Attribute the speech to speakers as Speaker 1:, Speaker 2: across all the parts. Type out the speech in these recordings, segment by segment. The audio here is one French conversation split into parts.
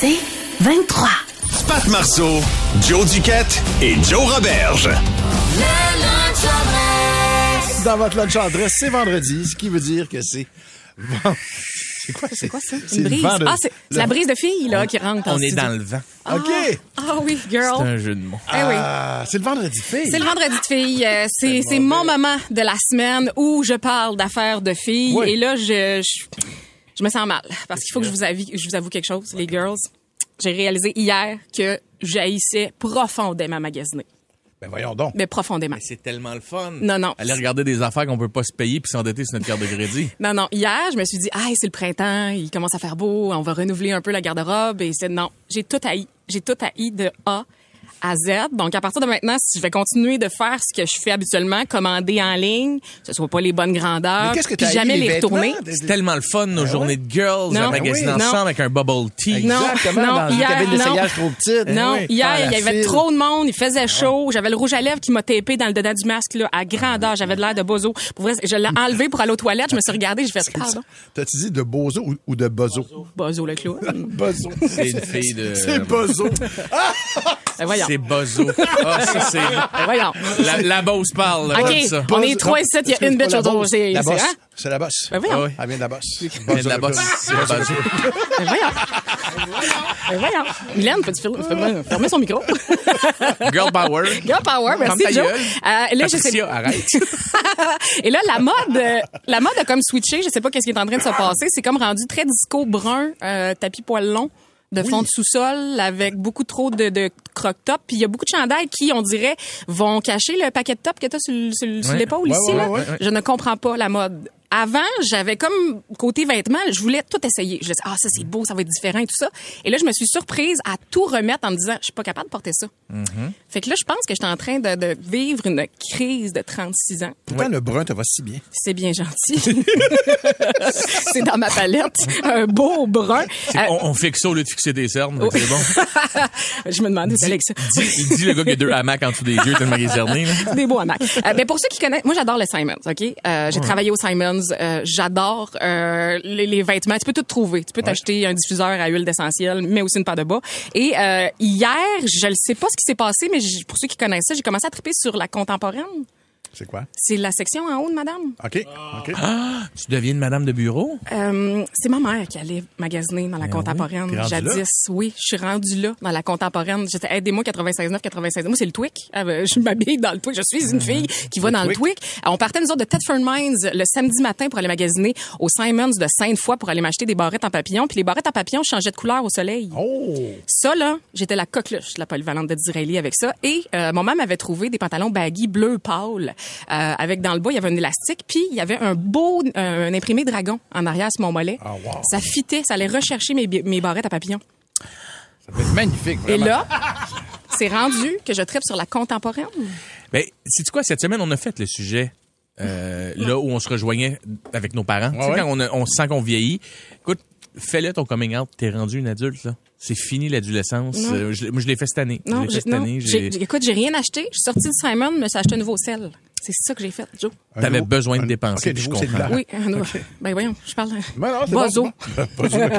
Speaker 1: C'est 23.
Speaker 2: Pat Marceau, Joe Duquette et Joe Roberge.
Speaker 3: Dans votre lunch adresse, c'est vendredi, ce qui veut dire que c'est. vend- C'est quoi, c'est
Speaker 1: Quoi ça?
Speaker 3: c'est
Speaker 1: Une
Speaker 3: le
Speaker 1: brise?
Speaker 3: vendredi.
Speaker 1: Ah, c'est c'est la brise de filles là, qui rentre.
Speaker 4: On est dans le vent.
Speaker 3: OK.
Speaker 1: Ah oui,
Speaker 4: C'est
Speaker 1: girl.
Speaker 4: un jeu de mots.
Speaker 1: Eh oui.
Speaker 3: Ah, c'est le vendredi fille.
Speaker 1: C'est le vendredi de filles. Euh, C'est c'est mon moment de la semaine où je parle d'affaires de filles.
Speaker 3: Oui.
Speaker 1: Et là, je, je, je me sens mal parce qu'il faut que je vous, avis, je vous avoue quelque chose, les girls. J'ai réalisé hier que j'haïssais profondément magasiner.
Speaker 3: Ben voyons donc.
Speaker 1: Mais profondément.
Speaker 4: Mais c'est tellement le fun.
Speaker 1: Non, non.
Speaker 4: Aller regarder des affaires qu'on peut pas se payer puis s'endetter sur notre carte de crédit.
Speaker 1: Non, non. Hier, je me suis dit, ah, c'est le printemps, il commence à faire beau, on va renouveler un peu la garde-robe. Et c'est non. J'ai tout haï. J'ai tout haï de A à Z. Donc, à partir de maintenant, si je vais continuer de faire ce que je fais habituellement, commander en ligne, que ce soit pas les bonnes grandeurs,
Speaker 3: Mais qu'est-ce que
Speaker 1: Ah, puis
Speaker 3: t'as
Speaker 1: jamais
Speaker 3: haï, les
Speaker 1: les
Speaker 3: vêtements?
Speaker 1: retourner.
Speaker 4: C'est tellement le fun, nos journées de girls,
Speaker 1: Non.
Speaker 4: à magasiner
Speaker 1: Ben oui.
Speaker 4: ensemble
Speaker 1: Non.
Speaker 4: avec un bubble tea.
Speaker 1: Non,
Speaker 3: Exactement,
Speaker 1: non,
Speaker 3: dans une
Speaker 1: hier,
Speaker 3: cabine
Speaker 1: non.
Speaker 3: d'essayage trop petite.
Speaker 1: Non,
Speaker 3: Eh oui,
Speaker 1: hier,
Speaker 3: faire
Speaker 1: il y
Speaker 3: la
Speaker 1: avait
Speaker 3: file. Ah.
Speaker 1: trop de monde, il faisait chaud, j'avais le rouge à lèvres qui m'a tapé dans le dedans du masque, là, à grandeur, j'avais de l'air de bozo. Pour vrai, je l'ai enlevé pour aller aux toilettes, je me suis regardée, je fais, pardon,
Speaker 3: T'as-tu dit de Bozo ou, ou de Bozo?
Speaker 1: bozo le clown.
Speaker 3: Bozo.
Speaker 4: C'est une fille de...
Speaker 3: C'est Bozo.
Speaker 1: Ben voyons,
Speaker 4: C'est Bozo. Ah, ça, c'est...
Speaker 1: ben voyons.
Speaker 4: La, la bosse parle, là, comme
Speaker 1: OK,
Speaker 4: ça.
Speaker 1: on
Speaker 3: Bozo.
Speaker 1: est trois et sept, il y a une bitch
Speaker 3: Excuse-moi, la
Speaker 1: autour.
Speaker 3: bosse.
Speaker 1: C'est
Speaker 3: La
Speaker 1: c'est-
Speaker 3: bosse.
Speaker 1: hein?
Speaker 3: C'est la bosse.
Speaker 1: Ben voyons.
Speaker 4: Ah oui.
Speaker 3: Elle vient de la bosse.
Speaker 4: Mais de la bosse, c'est la bosse.
Speaker 1: Ben voyons. Ben voyons. Mylène, peux-tu fer- fer- fermer son micro?
Speaker 4: Girl power.
Speaker 1: Girl power, merci
Speaker 4: ta
Speaker 1: Joe.
Speaker 4: gueule.
Speaker 1: Euh, là, je sais...
Speaker 4: Patricia, arrête.
Speaker 1: Et là, la mode, euh, la mode a comme switché. Je sais pas qu'est-ce qui est en train de se passer. C'est comme rendu très disco brun, euh, tapis poil long de fond de sous-sol avec beaucoup trop de, de croc top puis il y a beaucoup de chandails qui on dirait vont cacher le paquet de top que t'as sur, le- sur le- sur
Speaker 4: Ouais.
Speaker 1: l'épaule
Speaker 3: Ouais,
Speaker 1: ici
Speaker 3: ouais,
Speaker 1: là
Speaker 3: ouais, ouais.
Speaker 1: je ne comprends pas la mode avant j'avais comme côté vêtements je voulais tout essayer je disais ah ça c'est beau ça va être différent et tout ça et là je me suis surprise à tout remettre en me disant je suis pas capable de porter ça fait que là je pense que j'étais en train de, de vivre une crise de 36 ans
Speaker 3: Pourtant, le brun te va si bien.
Speaker 1: c'est bien gentil. c'est dans ma palette. Un beau brun. Euh,
Speaker 4: On, on fixe ça au lieu de fixer tes cernes, donc c'est bon.
Speaker 1: je me demandais, Alex.
Speaker 4: Il dit le gars qui a deux hamacs en dessous des yeux tellement il est cerné. là.
Speaker 1: Des beaux hamacs. Euh, ben, pour ceux qui connaissent, moi j'adore le Simons, ok. Euh, j'ai travaillé au Simons, euh, j'adore euh, les, les vêtements. Tu peux tout trouver. Tu peux t'acheter un diffuseur à huile d'essentiel, mais aussi une paire de bas. Et euh, hier, je ne sais pas ce qui s'est passé, mais j- pour ceux qui connaissent ça, j'ai commencé à triper sur la contemporaine.
Speaker 3: C'est quoi?
Speaker 1: C'est la section en haut de Madame.
Speaker 3: OK.
Speaker 4: Ah.
Speaker 3: OK.
Speaker 4: Tu deviens une madame de bureau?
Speaker 1: Euh, c'est ma mère qui allait magasiner dans la contemporaine
Speaker 3: T'es rendue
Speaker 1: jadis.
Speaker 3: là?
Speaker 1: Oui, je suis rendue là dans la contemporaine. J'étais aidez-moi 96 9 96. Moi c'est le Twic. Ah ben, Je m'habille dans le Twic. Je suis une fille qui va dans le Twic. Euh, On partait nous autres de Thetford Mines le samedi matin pour aller magasiner au Simons de Sainte-Foy pour aller m'acheter des barrettes en papillon. Puis les barrettes en papillon changeaient de couleur au soleil.
Speaker 3: Oh!
Speaker 1: Ça, là, j'étais la coqueluche, de la polyvalente de Disraeli avec ça. Et euh, maman m'avait trouvé des pantalons baggy bleu pâle, euh, avec dans le bas, il y avait un élastique, puis il y avait un beau euh, un imprimé dragon en arrière sur mon mollet.
Speaker 3: Ah, wow.
Speaker 1: Ça fitait, ça allait rechercher mes, bi- mes barrettes à papillons.
Speaker 3: Ça va être magnifique,
Speaker 1: Et
Speaker 3: vraiment.
Speaker 1: là, c'est rendu que je tripe sur la contemporaine.
Speaker 4: Ben, sais-tu quoi, cette semaine, on a fait le sujet. euh, là où on se rejoignait avec nos parents. Tu sais,
Speaker 3: ouais.
Speaker 4: quand on, a- on sent qu'on vieillit. Écoute, fais-le ton coming out. T'es rendu une adulte, là. C'est fini l'adolescence.
Speaker 1: Non.
Speaker 4: Euh, je l'ai- moi, je l'ai fait cette année.
Speaker 1: Non,
Speaker 4: je l'ai
Speaker 1: j'ai-
Speaker 4: fait cette
Speaker 1: non,
Speaker 4: année.
Speaker 1: j'ai-
Speaker 4: j'ai-
Speaker 1: j'ai- écoute, j'ai rien acheté. Je suis sortie de Simon, mais j'ai acheté un nouveau sel. C'est ça que j'ai fait, Joe.
Speaker 3: Un
Speaker 4: T'avais
Speaker 3: nouveau-
Speaker 4: besoin de
Speaker 3: un-
Speaker 4: dépenser,
Speaker 3: OK,
Speaker 4: puis je
Speaker 3: nouveau
Speaker 4: comprends.
Speaker 3: cellulaire.
Speaker 1: Oui, un nouveau. Ben voyons, je parle.
Speaker 3: Ah. Ben non, c'est bon,
Speaker 1: Bozo.
Speaker 3: c'est bon. Bozo, ok.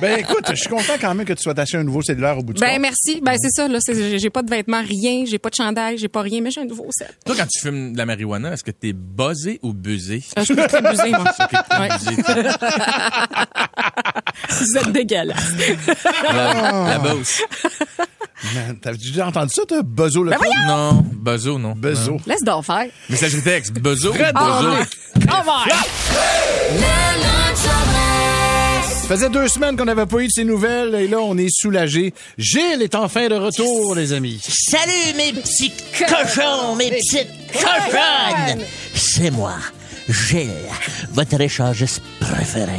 Speaker 3: ben écoute, je suis content quand même que tu sois attaché à un nouveau cellulaire au bout du
Speaker 1: Ben
Speaker 3: compte.
Speaker 1: merci. Ben c'est ça là, c'est- j'ai j'ai pas de vêtements, rien, j'ai pas de chandail, j'ai pas rien, mais j'ai un nouveau set.
Speaker 4: Toi, quand tu fumes de la marijuana, est-ce que t'es buzzé ou buzzé?
Speaker 1: Euh, je peux plus abuser, moi. Ouais.
Speaker 4: Buzzé.
Speaker 1: Vous êtes dégueulasse.
Speaker 4: la, la bosse.
Speaker 3: Man, T'as déjà entendu ça, toi? Bozo le
Speaker 4: Non, buzzo, non.
Speaker 3: Bozo.
Speaker 1: Laisse donc faire.
Speaker 4: Message texte, buzzo,
Speaker 1: Ah,
Speaker 4: buzzo.
Speaker 1: ouais. Au revoir.
Speaker 3: Ça faisait deux semaines qu'on n'avait pas eu de ces nouvelles et là, on est soulagés. Gilles est enfin de retour, les amis.
Speaker 5: Salut mes petits cochons, mes petites cochonnes! C'est moi, Gilles, votre échangiste préféré.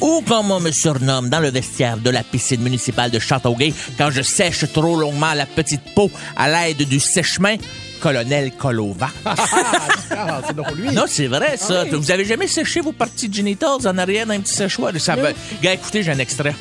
Speaker 5: Ou comme on me surnomme dans le vestiaire de la piscine municipale de Châteauguay quand je sèche trop longuement la petite peau à l'aide du sèche-main, Colonel Colova. Ah,
Speaker 3: Ah, c'est drôle, lui.
Speaker 5: Non, c'est vrai, ça. Vous avez jamais séché vos parties génitales en arrière d'un petit séchoir? Ça va... Gars, écoutez, j'ai un extrait.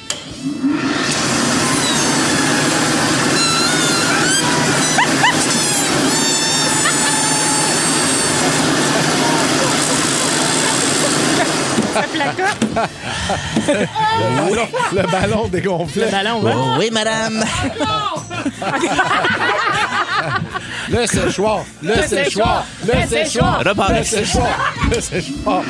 Speaker 3: Le ballon dégonflé.
Speaker 1: Le ballon va.
Speaker 5: Oh oui, madame.
Speaker 3: Le séchoir. Le séchoir. Le séchoir.
Speaker 5: Repart.
Speaker 3: Le séchoir. Le séchoir.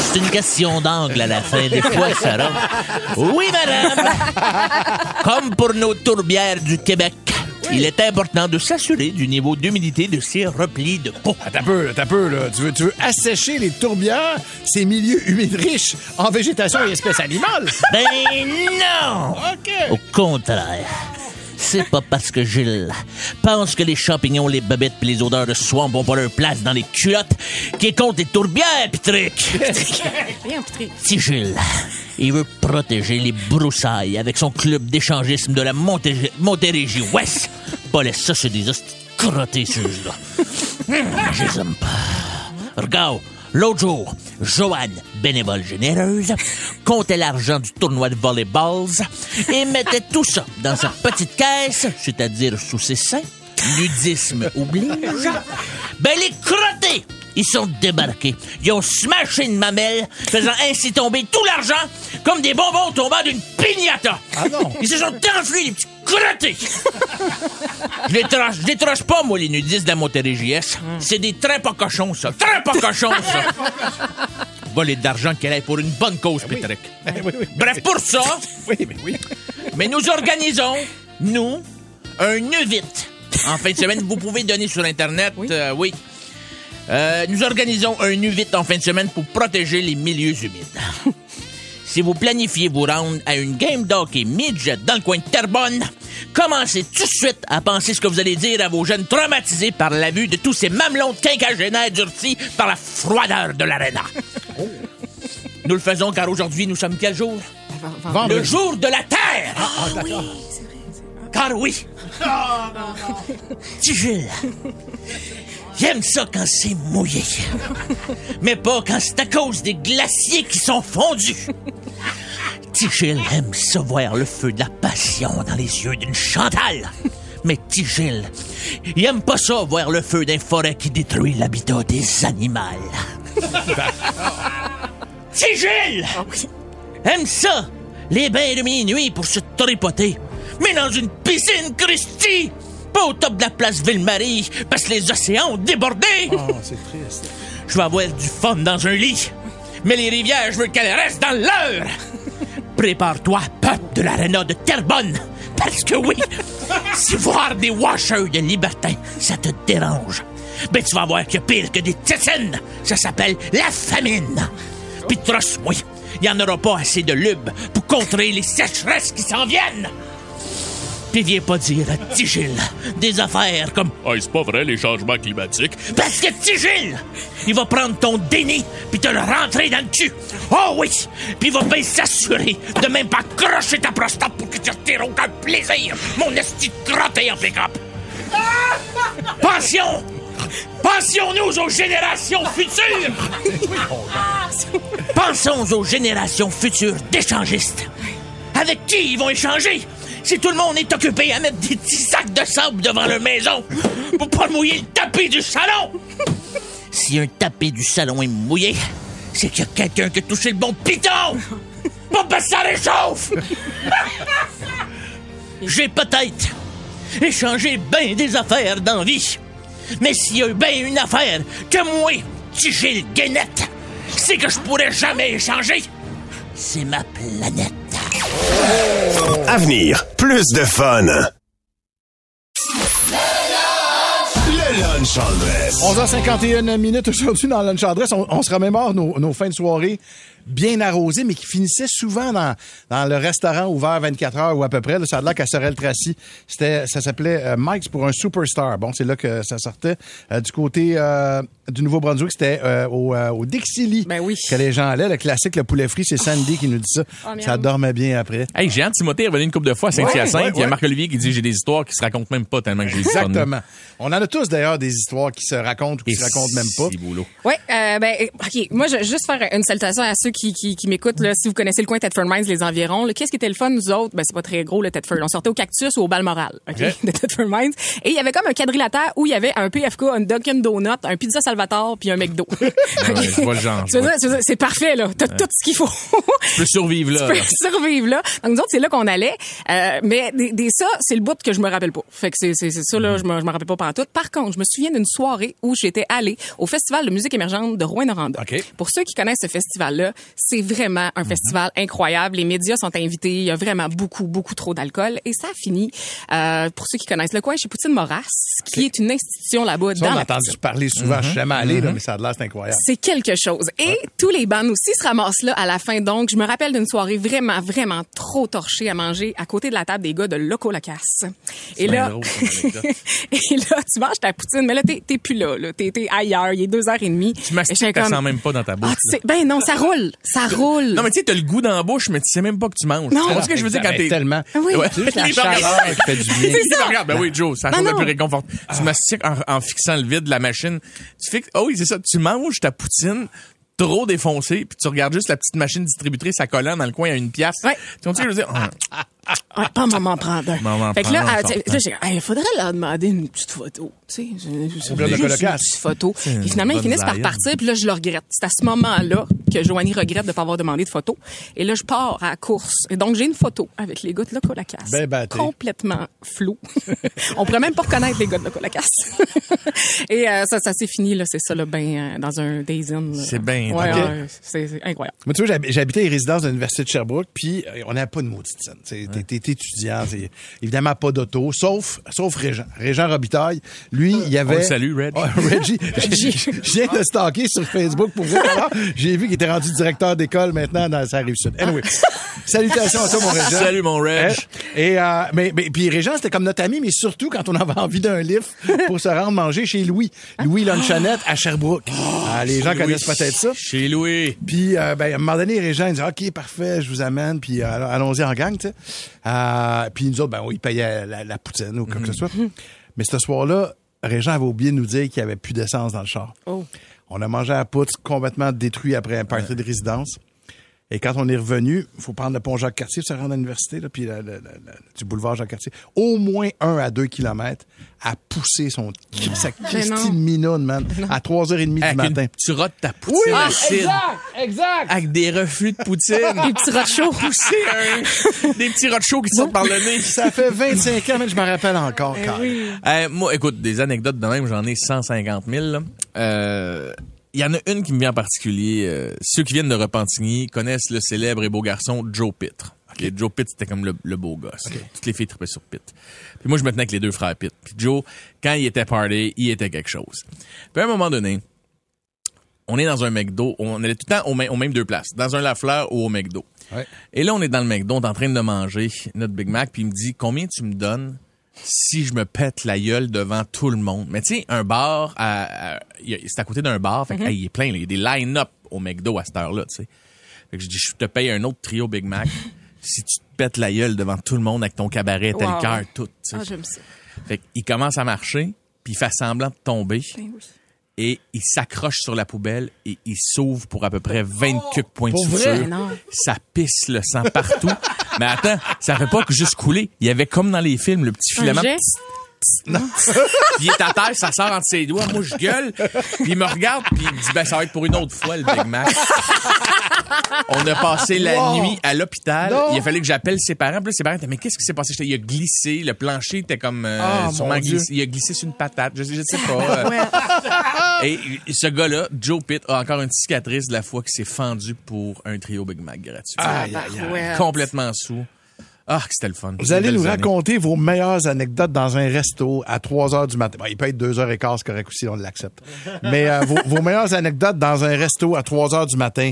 Speaker 5: C'est une question d'angle à la fin. Des fois, ça rentre. Oui, madame. Comme pour nos tourbières du Québec, il est important de s'assurer du niveau d'humidité de ces replis de peau.
Speaker 3: T'as Oh, peu, là, t'as peu, là. Tu veux, tu veux assécher les tourbières, ces milieux humides riches en végétation et espèces animales?
Speaker 5: Ben non! Au contraire. C'est pas parce que Gilles pense que les champignons, les babettes puis les odeurs de swamp vont pas leur place dans les culottes qui est contre les tourbières, Pitrick!
Speaker 1: Rien, Patrick.
Speaker 5: Petit Gilles, il veut protéger les broussailles avec son club d'échangisme de la Monté- Montérégie-Ouest. Pas laisse ça, c'est des hosties crottés, ceux-là. Hum, Je les aime pas. Regarde, l'autre jour, Joanne, bénévole généreuse, comptait l'argent du tournoi de volleyballs et mettait tout ça dans sa petite caisse, c'est-à-dire sous ses seins. Ludisme oblige. Ben, les crottés, ils sont débarqués. Ils ont smashé une mamelle, faisant ainsi tomber tout l'argent comme des bonbons tombant d'une pignata. Ah
Speaker 3: non.
Speaker 5: Ils se sont enfuis, les petits crottés. Je les trash, je les trash pas, moi, les nudistes de la Montérégie S. C'est des très pas cochons, ça. Très pas cochons, ça. Voler d'argent qu'elle ait pour une bonne cause, Patrick. Bref, pour ça,
Speaker 3: Oui, mais oui.
Speaker 5: mais nous organisons, nous, un nœud vite. En fin de semaine, vous pouvez donner sur Internet, euh, oui. Euh, nous organisons un nœud vite en fin de semaine pour protéger les milieux humides. si vous planifiez vous rendre à une game d'hockey midget dans le coin de Terrebonne, commencez tout de suite à penser ce que vous allez dire à vos jeunes traumatisés par la vue de tous ces mamelons quinquagénaires durcis par la froideur de l'aréna. Nous le faisons car aujourd'hui, nous sommes quel jour?
Speaker 1: Ah.
Speaker 5: Le jour de la Terre! Car oui! Petit Gilles, j'aime ça quand c'est mouillé. Mais pas quand c'est à cause des glaciers qui sont fondus. Petit Gilles aime se voir le feu de la passion dans les yeux d'une Chantal. Mais Petit Gilles, il aime pas ça voir le feu d'un forêt qui détruit l'habitat des animaux. Petit Gilles! aime ça, les bains de minuit pour se tripoter. Mais dans une piscine, Christy! Pas au top de la place Ville-Marie, parce que les océans ont débordé!
Speaker 3: Oh, c'est triste.
Speaker 5: Je vais avoir du fun dans un lit, mais les rivières, je veux qu'elles restent dans l'heure! Prépare-toi, peuple de l'aréna de Terrebonne, parce que oui, si voir des washers de libertins, ça te dérange, ben tu vas voir que pire que des tessines, ça s'appelle la famine! Puis trust-moi, il n'y en aura pas assez de lubes pour contrer les sécheresses qui s'en viennent! Puis viens pas dire à Tigil des affaires comme Ah, c'est pas vrai les changements climatiques. Parce que Tigil, il va prendre ton déni puis te le rentrer dans le cul. Oh oui! Puis il va bien s'assurer de même pas crocher ta prostate pour que tu retires aucun plaisir, mon esti de crotté en pick-up. Pension! Pensions-nous aux générations futures! Pensons aux générations futures d'échangistes. Avec qui ils vont échanger si tout le monde est occupé à mettre des petits sacs de sable devant leur maison pour pas mouiller le tapis du salon? Si un tapis du salon est mouillé, c'est qu'il y a quelqu'un qui a touché le bon piton! Pas parce que ça réchauffe! J'ai peut-être échangé bien des affaires dans vie, mais s'il y a eu bien une affaire que moi, petit Gilles Guénette, c'est que je pourrais jamais échanger, c'est ma planète.
Speaker 2: Avenir, plus de fun. Le lunch en dress.
Speaker 3: 11h51 minutes aujourd'hui dans Lunch Adresse. On, on se remémore nos, nos fins de soirée bien arrosées, mais qui finissaient souvent dans, dans le restaurant ouvert 24 heures ou à peu près. Là, ça a l'air qu'à Sorel-Tracy, c'était, ça s'appelait euh, Mike's pour un superstar. Bon, c'est là que ça sortait. Euh, du côté euh, du Nouveau-Brunswick, c'était euh, au, euh, au Dixili
Speaker 1: Ben oui. Ah.
Speaker 3: que les gens allaient. Le classique, le poulet frit, c'est Sandy qui nous dit ça.
Speaker 1: Oh, miam.
Speaker 3: ça dormait bien après.
Speaker 4: Hey, Jean Timothée est revenu une couple de fois à Saint-Hyacinthe.
Speaker 3: Ouais, ouais,
Speaker 4: Il y a
Speaker 3: ouais.
Speaker 4: Marc-Olivier qui dit J'ai des histoires qui se racontent même pas tellement que j'ai du fun.
Speaker 3: Exactement. On en a tous d'ailleurs des histoires qui se racontent ou qui se racontent même pas.
Speaker 4: si boulot.
Speaker 1: Oui, euh, ben, OK. Moi, je veux juste faire une salutation à ceux qui, qui, qui m'écoutent. là. Si vous connaissez le coin Tedford Mines, les environs, là, qu'est-ce qui était le fun, nous autres? Ben, c'est pas très gros, le Tedford. On sortait au Cactus ou au Balmoral, OK, de Tedford Mines. Et il y avait comme un quadrilatère où il y avait un PFK, un Dunkin' Donut, un Pizza Salvatore puis un McDo.
Speaker 4: Ouais, je vois le genre,
Speaker 1: Tu veux
Speaker 4: je vois.
Speaker 1: dire- tu veux dire, C'est parfait, là. T'as tout ce qu'il faut.
Speaker 4: Tu peux survivre là.
Speaker 1: Tu
Speaker 4: là.
Speaker 1: peux survivre là. Donc nous autres, c'est là qu'on allait. Euh, mais des, des ça, c'est le bout que je me rappelle pas. Fait que c'est c'est c'est ça là, je me je me rappelle pas pantoute. Par contre, je me souviens d'une soirée où j'étais allée au festival de musique émergente de Rouyn-Noranda.
Speaker 4: OK.
Speaker 1: Pour ceux qui connaissent ce festival là, c'est vraiment un festival incroyable. Les médias sont invités, il y a vraiment beaucoup beaucoup trop d'alcool et ça finit euh, pour ceux qui connaissent le coin chez Poutine Moras, qui est une institution là-bas
Speaker 3: Ça, on
Speaker 1: dans
Speaker 3: a
Speaker 1: la
Speaker 3: entendu parler souvent.
Speaker 4: Mm-hmm.
Speaker 3: Je suis jamais allé, là, mais ça a l'air, c'est incroyable.
Speaker 1: c'est quelque chose. Et tous les bandes aussi se ramassent là à la fin. Donc, je me rappelle d'une soirée vraiment, vraiment trop torchée à manger à côté de la table des gars de Loco Lacasse. Et
Speaker 4: bien
Speaker 1: là,
Speaker 4: drôle, comme anecdote.
Speaker 1: et là, tu manges ta poutine, mais là, t'es, t'es plus là. là. T'es, t'es ailleurs. Il est deux heures et demie.
Speaker 4: Tu mastiques,
Speaker 1: Et j'étais
Speaker 4: t'as
Speaker 1: comme,
Speaker 4: sens même pas dans ta bouche,
Speaker 1: Ah, tu sais, ben non, ça roule. Ça roule.
Speaker 4: Non, mais tu sais, t'as le goût dans la bouche, mais tu sais même pas que tu manges.
Speaker 1: Non.
Speaker 4: Tu vois ce que je veux dire quand
Speaker 3: Mais
Speaker 4: t'es.
Speaker 3: tellement.
Speaker 1: Oui.
Speaker 4: Ben, Ouais.
Speaker 3: C'est juste la
Speaker 4: Les burgers.
Speaker 3: chaleur qui fait du bien.
Speaker 1: C'est ça.
Speaker 4: Regarde, ben oui, Joe, c'est la
Speaker 1: Non,
Speaker 4: chose la
Speaker 1: non.
Speaker 4: plus réconfortante. Tu mastiques en, en fixant le vide de la machine. Tu fixes, oh oui, c'est ça. Tu manges ta poutine trop défoncée, puis tu regardes juste la petite machine distributrice à collant dans le coin à une pièce.
Speaker 1: Ouais.
Speaker 4: Tu vois, tu sais, je veux dire,
Speaker 3: Ah.
Speaker 4: hum,
Speaker 1: Ouais, Ah, pas maman prendre un.
Speaker 4: Maman
Speaker 1: fait que là,
Speaker 4: prendre un,
Speaker 1: euh, tu-
Speaker 4: sortant.
Speaker 1: là, j'ai, il faudrait leur demander une petite photo. Tu sais, je- je-
Speaker 3: gars de
Speaker 1: juste une
Speaker 3: Colocasse.
Speaker 1: petite photo.
Speaker 4: une
Speaker 1: Puis finalement, ils
Speaker 4: bonne
Speaker 1: finissent par
Speaker 4: Zion.
Speaker 1: partir. Puis là, je le regrette. C'est à ce moment-là que Joanie regrette de ne pas avoir demandé de photo. Et là, je pars à la course. Et donc, j'ai une photo avec les gars de la Colacasse.
Speaker 3: Ben batté.
Speaker 1: complètement flou. On pourrait même pas reconnaître les gars de la Colacasse. Et euh, ça, ça s'est fini, là. C'est ça, là, ben, euh, dans un Days-In. là.
Speaker 4: C'est ben
Speaker 1: Ouais,
Speaker 4: drôle.
Speaker 1: ouais, c'est c'est incroyable.
Speaker 3: Moi, tu vois, j'hab- j'habitais les résidences de l'Université de Sherbrooke, puis euh, on n'avait pas de maudite scène. T'sais, T'es t'es- t'es étudiant, t'sais, évidemment pas d'auto, sauf, sauf Régent. Régent Robitaille, lui, il y avait...
Speaker 4: On le salue, Reg.
Speaker 3: Ah, Reggie. J'ai- Je viens de stalker sur Facebook pour vous. Alors, J'ai vu qu'il était rendu directeur d'école maintenant dans sa rive sud. Anyway, salutations à toi, mon Régent.
Speaker 4: Salut, mon Reg.
Speaker 3: Et, euh, mais, mais- puis Régent, c'était comme notre ami, mais surtout quand on avait envie d'un livre pour se rendre manger chez Louis. Louis Lunchonette à Sherbrooke. Ah, les gens
Speaker 4: Ah. Oh, Louis.
Speaker 3: connaissent peut-être ça.
Speaker 4: Chez Louis.
Speaker 3: Puis, euh, ben, à un moment donné, les gens ils disaient, OK, parfait, je vous amène, puis euh, allons- allons-y en gang, tu sais. Euh, puis nous autres, ben, ils payaient la, la poutine ou quoi que ce soit.
Speaker 1: Mm-hmm.
Speaker 3: Mais ce soir-là, Régent avait oublié de nous dire qu'il n'y avait plus d'essence dans le char.
Speaker 1: Oh.
Speaker 3: On a mangé à la poutre complètement détruit après un party de résidence. Et quand on est revenu, il faut prendre le pont Jacques-Cartier pour se rendre à l'université, là, puis la- la- la- la- du boulevard Jacques-Cartier, au moins un à deux kilomètres, à pousser son, sa Christine
Speaker 1: Ah. non.
Speaker 3: Minoune, man, à 3h30 du
Speaker 4: Avec une-
Speaker 3: matin.
Speaker 4: tu rotes ta poutine acide.
Speaker 6: exact.
Speaker 4: Avec des refus de poutine.
Speaker 1: Les petits rochos.
Speaker 4: Pousser un- des petits rochos qui sortent par le nez.
Speaker 3: Ça fait 25 ans, mais je me rappelle encore. Carl.
Speaker 4: Euh, moi, écoute, des anecdotes de même, j'en ai 150 000. là. Euh, Il y en a une qui me vient en particulier. euh, ceux qui viennent de Repentigny connaissent le célèbre et beau garçon Joe Pitt. Et Joe Pitt, c'était comme le, le beau gosse. Toutes les filles tripaient sur Pitt. Puis moi, je me tenais avec les deux frères Pitt. Puis Joe, quand il était party, il était quelque chose. Puis à un moment donné, on est dans un McDo. On allait tout le temps au mê- aux mêmes deux places. Dans un Lafleur ou au McDo.
Speaker 3: Ouais.
Speaker 4: Et là, on est dans le McDo, on est en train de manger notre Big Mac, puis il me dit combien tu me donnes si je me pète la gueule devant tout le monde. Mais tu sais, un bar, à- à- il y a- c'est à côté d'un bar,
Speaker 1: Mhm.
Speaker 4: fait que, hey, il est plein, là. il y a des line-up au McDo à cette heure-là, tu sais. Fait que je dis, je te paye un autre trio Big Mac si tu te pètes la gueule devant tout le monde avec ton cabaret, tel
Speaker 1: Wow.
Speaker 4: cœur, tout. tu sais.
Speaker 1: Ah, j'aime ça.
Speaker 4: Fait qu'il commence à marcher, puis il fait semblant de tomber,
Speaker 1: Ben oui.
Speaker 4: et il s'accroche sur la poubelle, et il s'ouvre pour à peu près 20 cucs points de
Speaker 3: Pour vrai?
Speaker 1: Mais
Speaker 4: suture
Speaker 1: Oh! Ah non.
Speaker 4: ça pisse le sang partout. Mais attends, ça fait pas que juste couler. Il y avait comme dans les films le petit
Speaker 1: Un
Speaker 4: filament.
Speaker 1: jet?
Speaker 4: Psst, psst, psst. Puis il est à terre, ça sort entre ses doigts. Moi, je gueule. Puis il me regarde, puis il me dit, ben, ça va être pour une autre fois, le Big Mac. On a passé la
Speaker 3: Wow.
Speaker 4: nuit à l'hôpital.
Speaker 3: Non.
Speaker 4: Il a fallu que j'appelle ses parents. Puis là, ses parents étaient, mais qu'est-ce qui s'est passé? J'étais, il a glissé. Le plancher était comme, euh,
Speaker 3: Ah,
Speaker 4: sûrement
Speaker 3: mon Dieu.
Speaker 4: glissé. Il a glissé sur une patate. Je, sais- je sais pas. Euh, Et ce gars-là, Joe Pitt, a encore une cicatrice de la fois qu'il s'est fendu pour un trio Big Mac gratuit. Ah,
Speaker 3: Aïe, aïe, aïe.
Speaker 1: Ouais.
Speaker 4: Complètement sous. Ah, que c'était le fun.
Speaker 3: Vous allez
Speaker 4: Belles
Speaker 3: nous
Speaker 4: années.
Speaker 3: raconter vos meilleures anecdotes dans un resto à 3 heures du matin. Bon, il peut être 2 heures et quart, c'est correct aussi, on l'accepte. Mais euh, vos, vos meilleures anecdotes dans un resto à 3 heures du matin.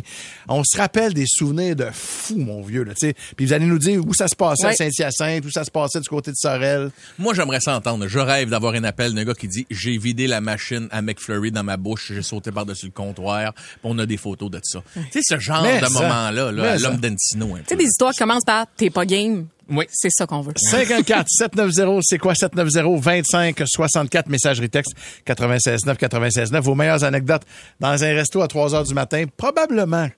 Speaker 3: On se rappelle des souvenirs de fou, mon vieux. Là, tu sais. Puis vous allez nous dire où ça se passait à
Speaker 1: Ouais.
Speaker 3: Saint-Hyacinthe, où ça se passait du côté de Sorel.
Speaker 4: Moi, j'aimerais ça entendre. Je rêve d'avoir un appel d'un gars qui dit J'ai vidé la machine à McFlurry dans ma bouche, j'ai sauté par-dessus le comptoir, puis on a des photos de ça. Tu sais, ce genre
Speaker 3: Mais
Speaker 4: de
Speaker 3: ça.
Speaker 4: moment-là, là,
Speaker 3: Mais
Speaker 4: à
Speaker 3: ça.
Speaker 4: l'homme d'Antino. un
Speaker 1: Tu sais,
Speaker 4: peu.
Speaker 1: des histoires qui commencent par t'es pas game, même.
Speaker 4: Oui.
Speaker 1: C'est ça qu'on veut.
Speaker 3: 54 790 c'est quoi 790 25 64 messagerie texte 96 9 96 9 vos meilleures anecdotes dans un resto à 3 heures du matin probablement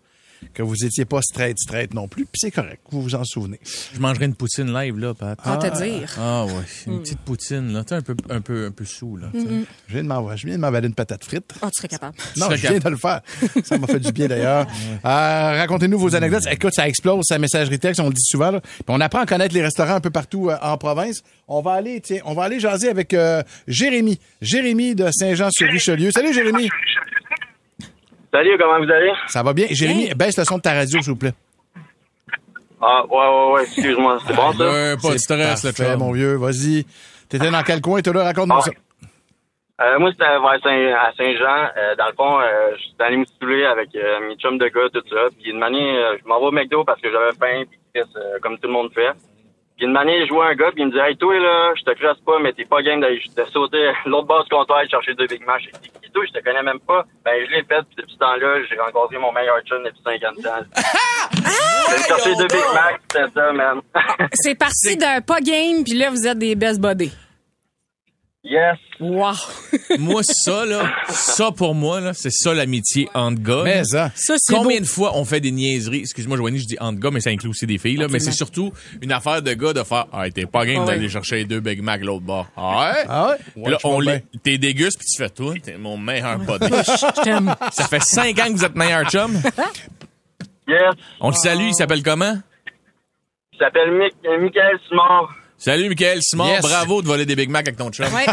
Speaker 3: que vous étiez pas straight straight non plus puis c'est correct vous vous en souvenez
Speaker 4: Je mangerai une poutine live, là, Pat.
Speaker 1: On te dire.
Speaker 4: Ah ouais, une petite poutine, là. Tu sais, un peu, un peu, un peu saoul, là. tu sais.
Speaker 3: je viens de m'envoyer je viens de m'avaler une patate frite
Speaker 1: Ah, tu serais capable.
Speaker 3: non,
Speaker 4: serais
Speaker 3: je viens de le faire. Ça m'a fait du bien d'ailleurs. Euh, Racontez-nous vos anecdotes. Écoute, ça explose, sa messagerie texte, on le dit souvent. là. Puis on apprend à connaître les restaurants un peu partout euh, en province. On va aller, tiens, on va aller jaser avec euh, Jérémy. Jérémy de Saint-Jean-sur-Richelieu. Salut Jérémy.
Speaker 6: Salut, comment vous allez?
Speaker 3: Ça va bien? Jérémy,
Speaker 1: Bien.
Speaker 3: baisse le son de ta radio, s'il vous plaît.
Speaker 6: Ah, ouais, ouais, ouais, excuse-moi, c'est bon ça?
Speaker 4: Ouais, Ah, ben, pas de stress, le
Speaker 3: Parfait,
Speaker 4: chum.
Speaker 3: mon vieux, vas-y. T'étais dans quel coin, toi, là? Raconte-moi
Speaker 6: Ah.
Speaker 3: ça.
Speaker 6: Euh, moi, c'était vers Saint- à Saint-Jean. Euh, dans le fond, euh, je suis allé me saouler avec euh, mes chums de gars, tout ça. Puis une manière, euh, je m'en vais au McDo parce que j'avais faim, puis Chris, euh, comme tout le monde fait. Puis une manière, je vois un gars, puis il me dit « Hey, toi, là, je te classe pas, mais t'es pas game d'aller- de sauter l'autre bas du comptoir et de chercher deux Big Mac. » J'ai dit « Qui, toi? Je te connais même pas. » Ben, je l'ai fait, puis depuis ce temps-là, j'ai rencontré mon meilleur chum depuis 50 ans. J'ai cherché deux Big Mac, c'était ça, man.
Speaker 1: C'est parti d'un pas game, puis là, vous êtes des best buddies.
Speaker 6: yes!
Speaker 1: Wow!
Speaker 4: Moi, ça, là, ça pour moi, là, c'est ça l'amitié entre gars.
Speaker 3: Mais hein. ça.
Speaker 1: Ça, c'est
Speaker 4: Combien
Speaker 1: beau.
Speaker 4: de fois on fait des niaiseries? Excuse-moi, Joanie, je dis entre gars, mais ça inclut aussi des filles, là. Mais c'est surtout une affaire de gars de faire, ah, t'es pas game
Speaker 1: Ah ouais.
Speaker 4: d'aller chercher les deux Big Mac l'autre bord. Ah ouais?
Speaker 3: Ah ouais?
Speaker 4: Puis
Speaker 3: Ouais,
Speaker 4: là,
Speaker 3: je
Speaker 4: on
Speaker 3: vois
Speaker 4: les,
Speaker 3: bien.
Speaker 4: t'es déguste puis tu fais tout. T'es mon meilleur pote.
Speaker 1: Je t'aime.
Speaker 4: ça fait cinq ans que vous êtes meilleur chum.
Speaker 6: Yes!
Speaker 4: On le salue, il s'appelle comment?
Speaker 6: Il s'appelle Mick-
Speaker 7: euh,
Speaker 6: Michael Simon.
Speaker 4: Salut, Michael Simon.
Speaker 3: Yes.
Speaker 4: Bravo de voler des Big Mac avec ton chum.
Speaker 1: Ouais.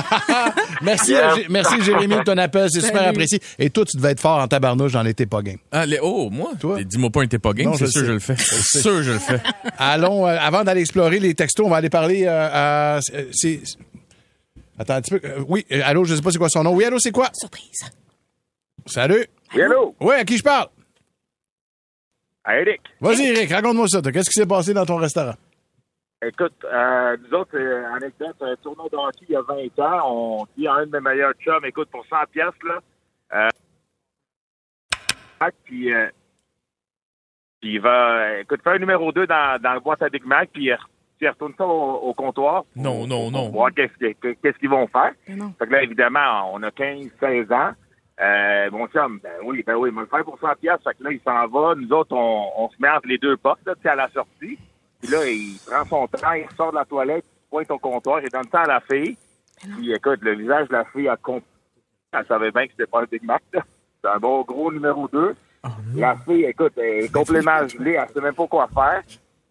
Speaker 3: Merci,
Speaker 6: Yeah.
Speaker 3: euh, Jé- merci Jérémy de ton appel. C'est super
Speaker 1: Salut.
Speaker 3: apprécié. Et toi, tu devais être fort en tabarnouche dans l'été pas game.
Speaker 4: Ah, les- oh, moi?
Speaker 3: Toi?
Speaker 4: Dis-moi pas un t'es pas game,
Speaker 3: Non,
Speaker 4: c'est
Speaker 3: je
Speaker 4: sûr
Speaker 3: le
Speaker 4: je le
Speaker 3: sais.
Speaker 4: fais. C'est sûr je le fais.
Speaker 3: Allons, euh, avant d'aller explorer les textos, on va aller parler euh, à. c'est- c'est- Attends un petit peu. Euh, oui, euh, allô, je sais pas c'est quoi son nom. Oui, allô, c'est quoi?
Speaker 1: Surprise.
Speaker 3: Salut.
Speaker 6: Hello!
Speaker 3: Oui, à qui je parle?
Speaker 6: Eric!
Speaker 3: Vas-y, Eric, raconte-moi ça. toi. Qu'est-ce qui s'est passé dans ton restaurant?
Speaker 8: Écoute, euh, nous autres, euh, anecdote, un tournoi de hockey il y a 20 ans, on dit à un de mes meilleurs chums, écoute, pour 100 piastres, là, euh, Mac, puis, euh, puis il va, euh, écoute, faire un numéro 2 dans, dans la boîte à Big Mac, puis il, re- puis il retourne ça au, au comptoir. pour-
Speaker 4: Non, non,
Speaker 8: pour
Speaker 4: non.
Speaker 8: Voir qu'est-ce que- que- qu'est-ce qu'ils vont faire.
Speaker 1: Mais non.
Speaker 8: Fait que là, évidemment, on a 15, 16 ans. Euh, mon chum, ben oui, ben oui, il m'a le faire pour 100 piastres. Fait que là, il s'en va. Nous autres, on, on se met entre les deux portes, là, tu sais, à la sortie. Puis là, il prend son temps, il sort de la toilette, il pointe au comptoir, il donne ça à la fille. Puis écoute, le visage de la fille a compris. Elle savait bien que c'était pas un Big Mac, là. C'est un bon gros numéro 2.
Speaker 1: Oh,
Speaker 8: la fille, écoute, elle est complètement gelée, elle sait même pas quoi faire.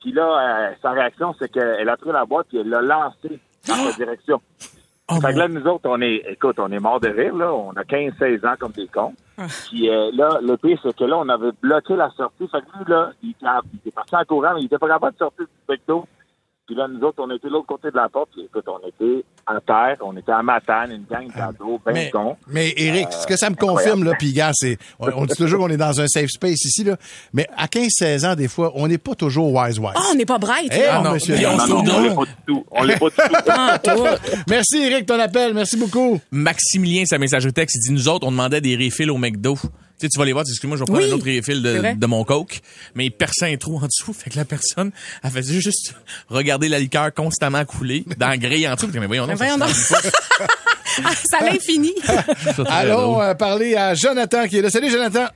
Speaker 8: Puis là, euh, sa réaction, c'est qu'elle a pris la boîte et elle l'a lancée dans sa
Speaker 1: Ah!
Speaker 8: direction fait que là, nous autres, on est, écoute, on est mort de rire, là. On a 15, 16 ans comme des cons. Puis euh, là, le pire, c'est que là, on avait bloqué la sortie. Fait que lui, là, il était, à- il était parti en courant, mais il était pas capable de sortir du McDo. Puis là, nous autres, on était de l'autre côté de la porte. Puis écoute, on était en terre, on était à Matane, une gang
Speaker 7: Ah,
Speaker 8: d'ado, ben
Speaker 3: Mais,
Speaker 8: cons.
Speaker 3: mais Eric, ce que ça me confirme, là, puis gars, c'est. On, on dit toujours qu'on est dans un safe space ici, là. Mais à 15-16 ans, des fois, on n'est pas toujours wise-wise.
Speaker 1: Ah, on n'est pas bright.
Speaker 3: Eh,
Speaker 1: là.
Speaker 3: non,
Speaker 4: non.
Speaker 3: monsieur.
Speaker 4: Puis on
Speaker 8: Non, non,
Speaker 4: se
Speaker 8: non, on l'est pas du tout. On l'est pas du tout.
Speaker 1: Ah, toi.
Speaker 3: Merci, Eric, ton appel. Merci beaucoup.
Speaker 4: Maximilien, sa messagerie texte, il dit Nous autres, on demandait des refills au McDo. Tu sais, tu vas les voir, tu dis, excuse-moi, je vais prendre
Speaker 1: Oui,
Speaker 4: un autre refill
Speaker 1: c'est vrai.
Speaker 4: de, de mon coke. Mais il perçait un trou en dessous. Fait que la personne, elle faisait juste regarder la liqueur constamment couler dans la grille en dessous. Puis, Mais voyons, non,
Speaker 1: Mais voyons donc. Ah, ça l'infini.
Speaker 4: Ben,
Speaker 3: Allons euh, parler à Jonathan qui est là. Salut, Jonathan.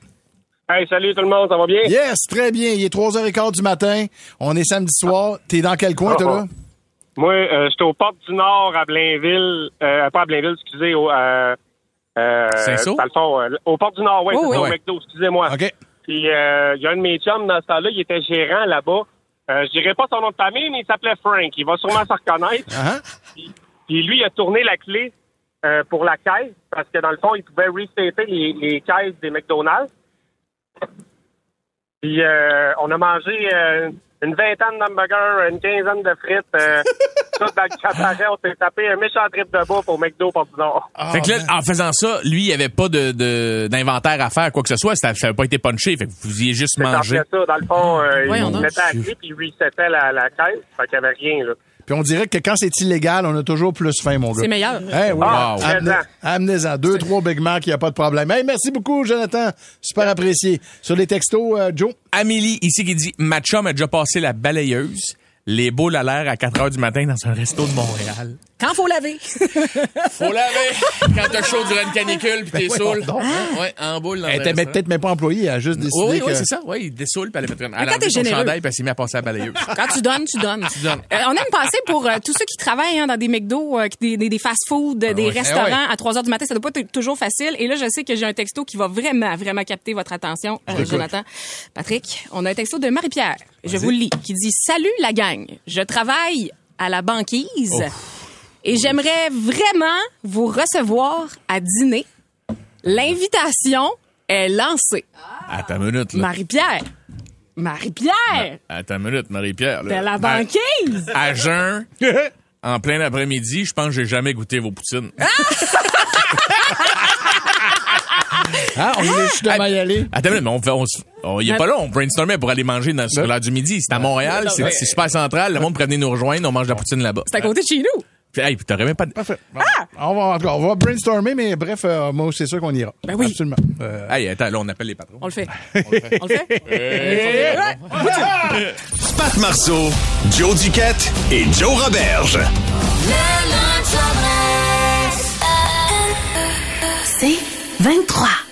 Speaker 6: Hey, salut tout le monde, ça va bien?
Speaker 3: Yes, très bien. Il est 3h15 du matin. On est samedi soir. T'es dans quel coin, toi, là?
Speaker 7: Moi, euh, j'étais aux portes du Nord à Blainville, euh, pas à Blainville, excusez, au, euh, euh,
Speaker 4: Saint-Saul?
Speaker 7: dans le fond, euh, aux portes du Nord, ouais, c'est
Speaker 1: Oh, oui.
Speaker 7: ça, au
Speaker 4: Ouais.
Speaker 7: McDo, excusez-moi.
Speaker 3: OK.
Speaker 7: Puis euh, il y a un de mes chums dans ce temps-là, il était gérant là-bas. Euh, je dirais pas son nom de famille, mais il s'appelait Frank. Il va sûrement se reconnaître.
Speaker 3: Ah, hein?
Speaker 7: Puis lui, il a tourné la clé euh, pour la caisse parce que dans le fond, il pouvait restater Ben, les, les caisses des McDonald's. Puis euh, on a mangé euh, une vingtaine d'hamburgers, une quinzaine de frites. Euh, tout dans le cabaret, on s'est tapé un méchant trip de bouffe au McDo pour Nord.
Speaker 4: fait que là, en faisant ça, lui, il n'y avait pas d'inventaire de, d'inventaire à faire, quoi que ce soit. Ça n'avait pas été punché. Fait que vous y avez juste
Speaker 7: C'est
Speaker 4: mangé.
Speaker 7: ça, dans le fond, euh,
Speaker 1: Voyons
Speaker 7: il
Speaker 1: donc.
Speaker 7: mettait à clé puis il resetait la, la caisse. Fait qu'il n'y avait rien, là.
Speaker 3: Puis on dirait que quand c'est illégal, on a toujours plus faim, mon gars.
Speaker 1: C'est meilleur.
Speaker 3: Hey, oui.
Speaker 7: Ah,
Speaker 3: Wow.
Speaker 7: très
Speaker 3: Amenez-
Speaker 7: bien.
Speaker 3: Amenez-en deux, trois Big Mac, il n'y a pas de problème. Hey, merci beaucoup, Jonathan. Super apprécié. Sur les textos, euh, Joe.
Speaker 4: Amélie, ici, qui dit Ma chum a déjà passé la balayeuse. les boules à l'air à 4 heures du matin dans un resto de Montréal.
Speaker 1: Quand faut laver.
Speaker 4: Faut laver quand t'as chaud durant une canicule puis t'es
Speaker 3: Ben
Speaker 4: saoul.
Speaker 3: voyons donc.
Speaker 4: Ouais, en boule dans
Speaker 3: Elle
Speaker 4: un
Speaker 3: était
Speaker 4: restaurant.
Speaker 3: peut-être même pas employée, elle a juste décidé
Speaker 4: Oui, oui,
Speaker 3: que...
Speaker 4: oui, c'est ça. Oui, il dessoule, puis elle le met Elle a
Speaker 1: quand
Speaker 4: enlevé
Speaker 1: t'es
Speaker 4: son
Speaker 1: généreux.
Speaker 4: chandail, puis elle s'est mise à passer à la balayeuse.
Speaker 1: Quand tu donnes, tu donnes.
Speaker 4: donnes.
Speaker 1: Euh, on aime passer pour euh, tous ceux qui travaillent hein, dans des McDo, euh, qui- des, des, des fast-food, euh, des
Speaker 4: ouais.
Speaker 1: restaurants
Speaker 4: Eh ouais.
Speaker 1: à 3 heures du matin. Ça doit pas être toujours facile. Et là, je sais que j'ai un texto qui va vraiment, vraiment capter votre attention, euh, Jonathan. Patrick, on a un texto de Marie-Pierre. Je vous le lis. Qui dit « Salut la gang. Je travaille à la banquise
Speaker 4: Oh.
Speaker 1: et j'aimerais vraiment vous recevoir à dîner. L'invitation est lancée.
Speaker 4: Attends une minute, là.
Speaker 1: Marie-Pierre. Marie-Pierre
Speaker 4: Attends une minute, Marie-Pierre. là.
Speaker 1: de la
Speaker 4: À-
Speaker 1: banquise.
Speaker 4: À, jeun, en plein après-midi, je pense que j'ai jamais goûté vos poutines.
Speaker 3: Ah, on est justement y aller.
Speaker 4: Attends une minute, mais on fait... On, se- on- il y a pas là, on brainstormait pour aller manger dans,
Speaker 3: Ben-
Speaker 4: sur l'heure du midi. C'est à Montréal, c'est c'est super central. Le monde pourrait venir nous rejoindre, on mange de la poutine là-bas.
Speaker 1: C'est à côté de chez nous.
Speaker 4: Puis, hey, puis t'aurais même pas... de-
Speaker 3: Parfait. Bon.
Speaker 1: Ah!
Speaker 3: On, va, en tout cas, on va brainstormer, mais bref, euh, moi, c'est sûr qu'on ira.
Speaker 1: Ben oui.
Speaker 3: Absolument. Euh,
Speaker 4: Hey, attends, là, on appelle les patrons.
Speaker 1: On le fait. On le fait? Ouais.
Speaker 2: Pat Marceau, Joe Duquette et Joe Roberge.
Speaker 9: C'est 23.